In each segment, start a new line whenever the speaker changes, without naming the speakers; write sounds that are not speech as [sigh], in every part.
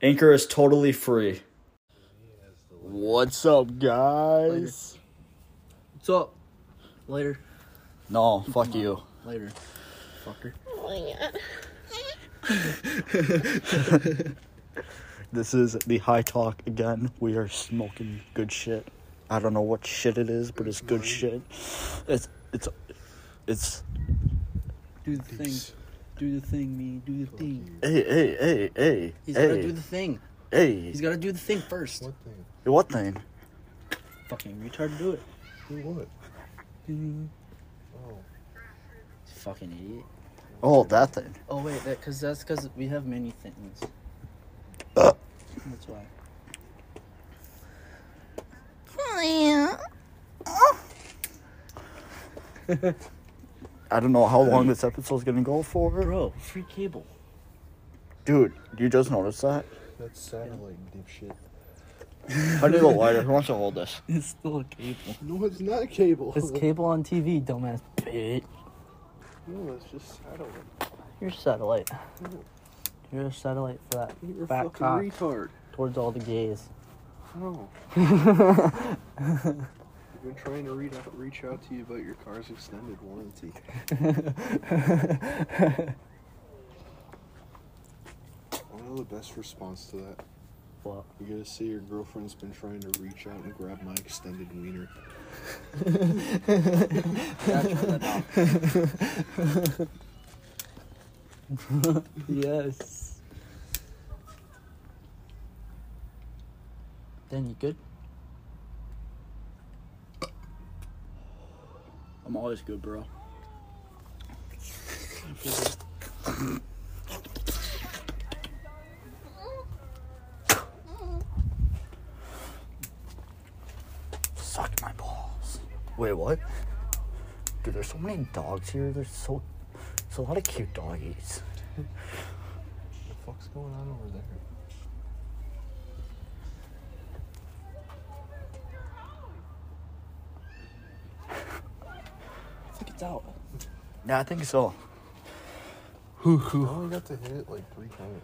Anchor is totally free.
What's up, guys?
What's up? Later.
No, fuck you.
Later. Fucker.
This is the high talk again. We are smoking good shit. I don't know what shit it is, but it's good shit. It's it's it's
Do the thing. Do the thing, me. Do the thing.
hey hey hey hey
He's gotta do
hey
the thing.
hey.
He's gotta do the thing first.
What thing?
What thing?
Fucking retard, do it.
Do what?
Mm-hmm.
Oh,
Fucking idiot.
Oh, that thing.
Oh wait, that because that's because we have many things.
Uh.
That's why.
I don't know how long this episode's gonna go for.
Bro, free cable.
Dude, you just noticed that?
that's satellite dipshit.
I need a lighter. Who wants to hold this?
It's still a cable.
No, it's not cable. [laughs]
It's cable on TV, dumbass bitch.
No, it's just satellite.
You're satellite. You're a satellite for that
You're a
fat
fucking
cock
retard.
towards all the [laughs] gays.
No. I've been trying to read out, reach out to you about your car's extended warranty. I know the best response to that.
What?
You're gonna say your girlfriend's been trying to reach out and grab my extended wiener.
yes. Then you good?
I'm always good, bro. Suck my balls. Wait, what? Dude, there's so many dogs here. There's so, there's a lot of cute doggies.
What the fuck's going on over there?
I think it's out.
Yeah, I think so.
I only got to hit it like three times.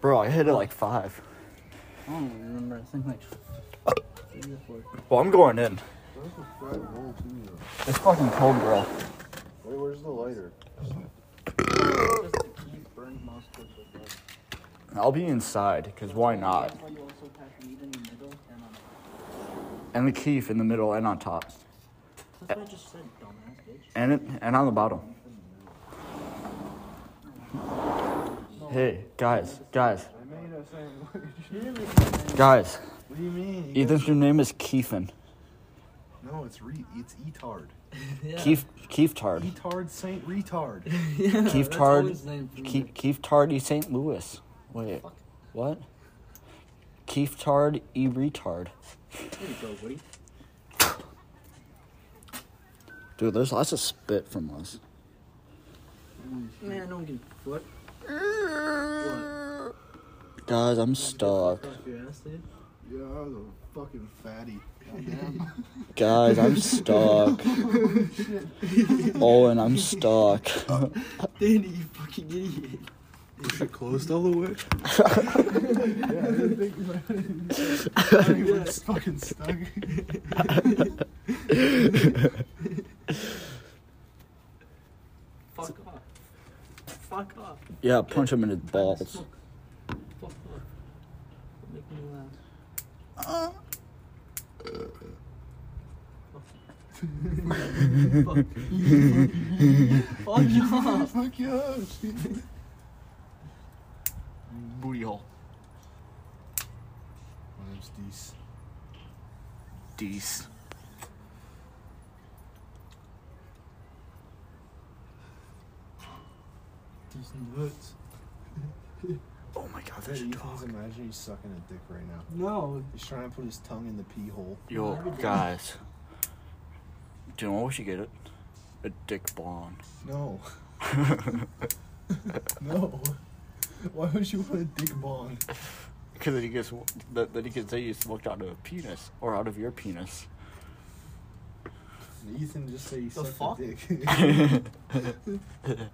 Bro, I hit it like five.
I don't even remember. I think like three or four.
Well, I'm going in.
That was a fried roll too, though.
It's fucking cold, bro.
Wait, where's the lighter?
I'll be inside, because why not? And the keef in the middle and on top.
That's what I just said, dumbass bitch.
And it, and on the bottom. Hey, guys, guys,
I made a sandwich.
guys.
[laughs] What do you mean?
Ethan's new name is Keefin.
No, it's re. It's etard.
Keef
[laughs]
Keeftard.
Etard Saint [laughs] Retard.
Keeftard. Keef Keeftardy St. Louis. Wait, what? Keeftard E retard.
There you go, buddy.
Dude, there's lots of spit from us.
Man, no one can. What?
Guys, I'm stuck.
Fuck your ass, dude. [laughs]
yeah, I was a fucking fatty. Goddamn.
Guys, [laughs] I'm
[laughs]
[laughs]
stuck. Owen, I'm
[laughs]
stuck.
Danny, you fucking idiot.
Is it closed all the way? yeah, I didn't think was fucking stuck. [laughs]
Fuck off. Fuck off.
[laughs] Yeah, punch him in his balls.
Fuck off. Don't make me laugh. Fuck. Fuck you. Fuck off.
Fuck yes.
Booty hole.
My name's Dees.
Dees.
Dees nuts.
Oh my god, there's a
Ethan's
dog.
imagine he's sucking a dick right now.
No.
He's trying to put his tongue in the pee hole.
Yo, guys. Do you know what we should get? It? A dick [laughs] blonde.
No. [laughs] No. Why would you want a dick bond?
Because then he gets that then he can say you smoked out of a penis or out of your penis. [laughs]
Ethan just say he
The
sucked
[laughs] fuck?
a dick. [laughs]
Ethan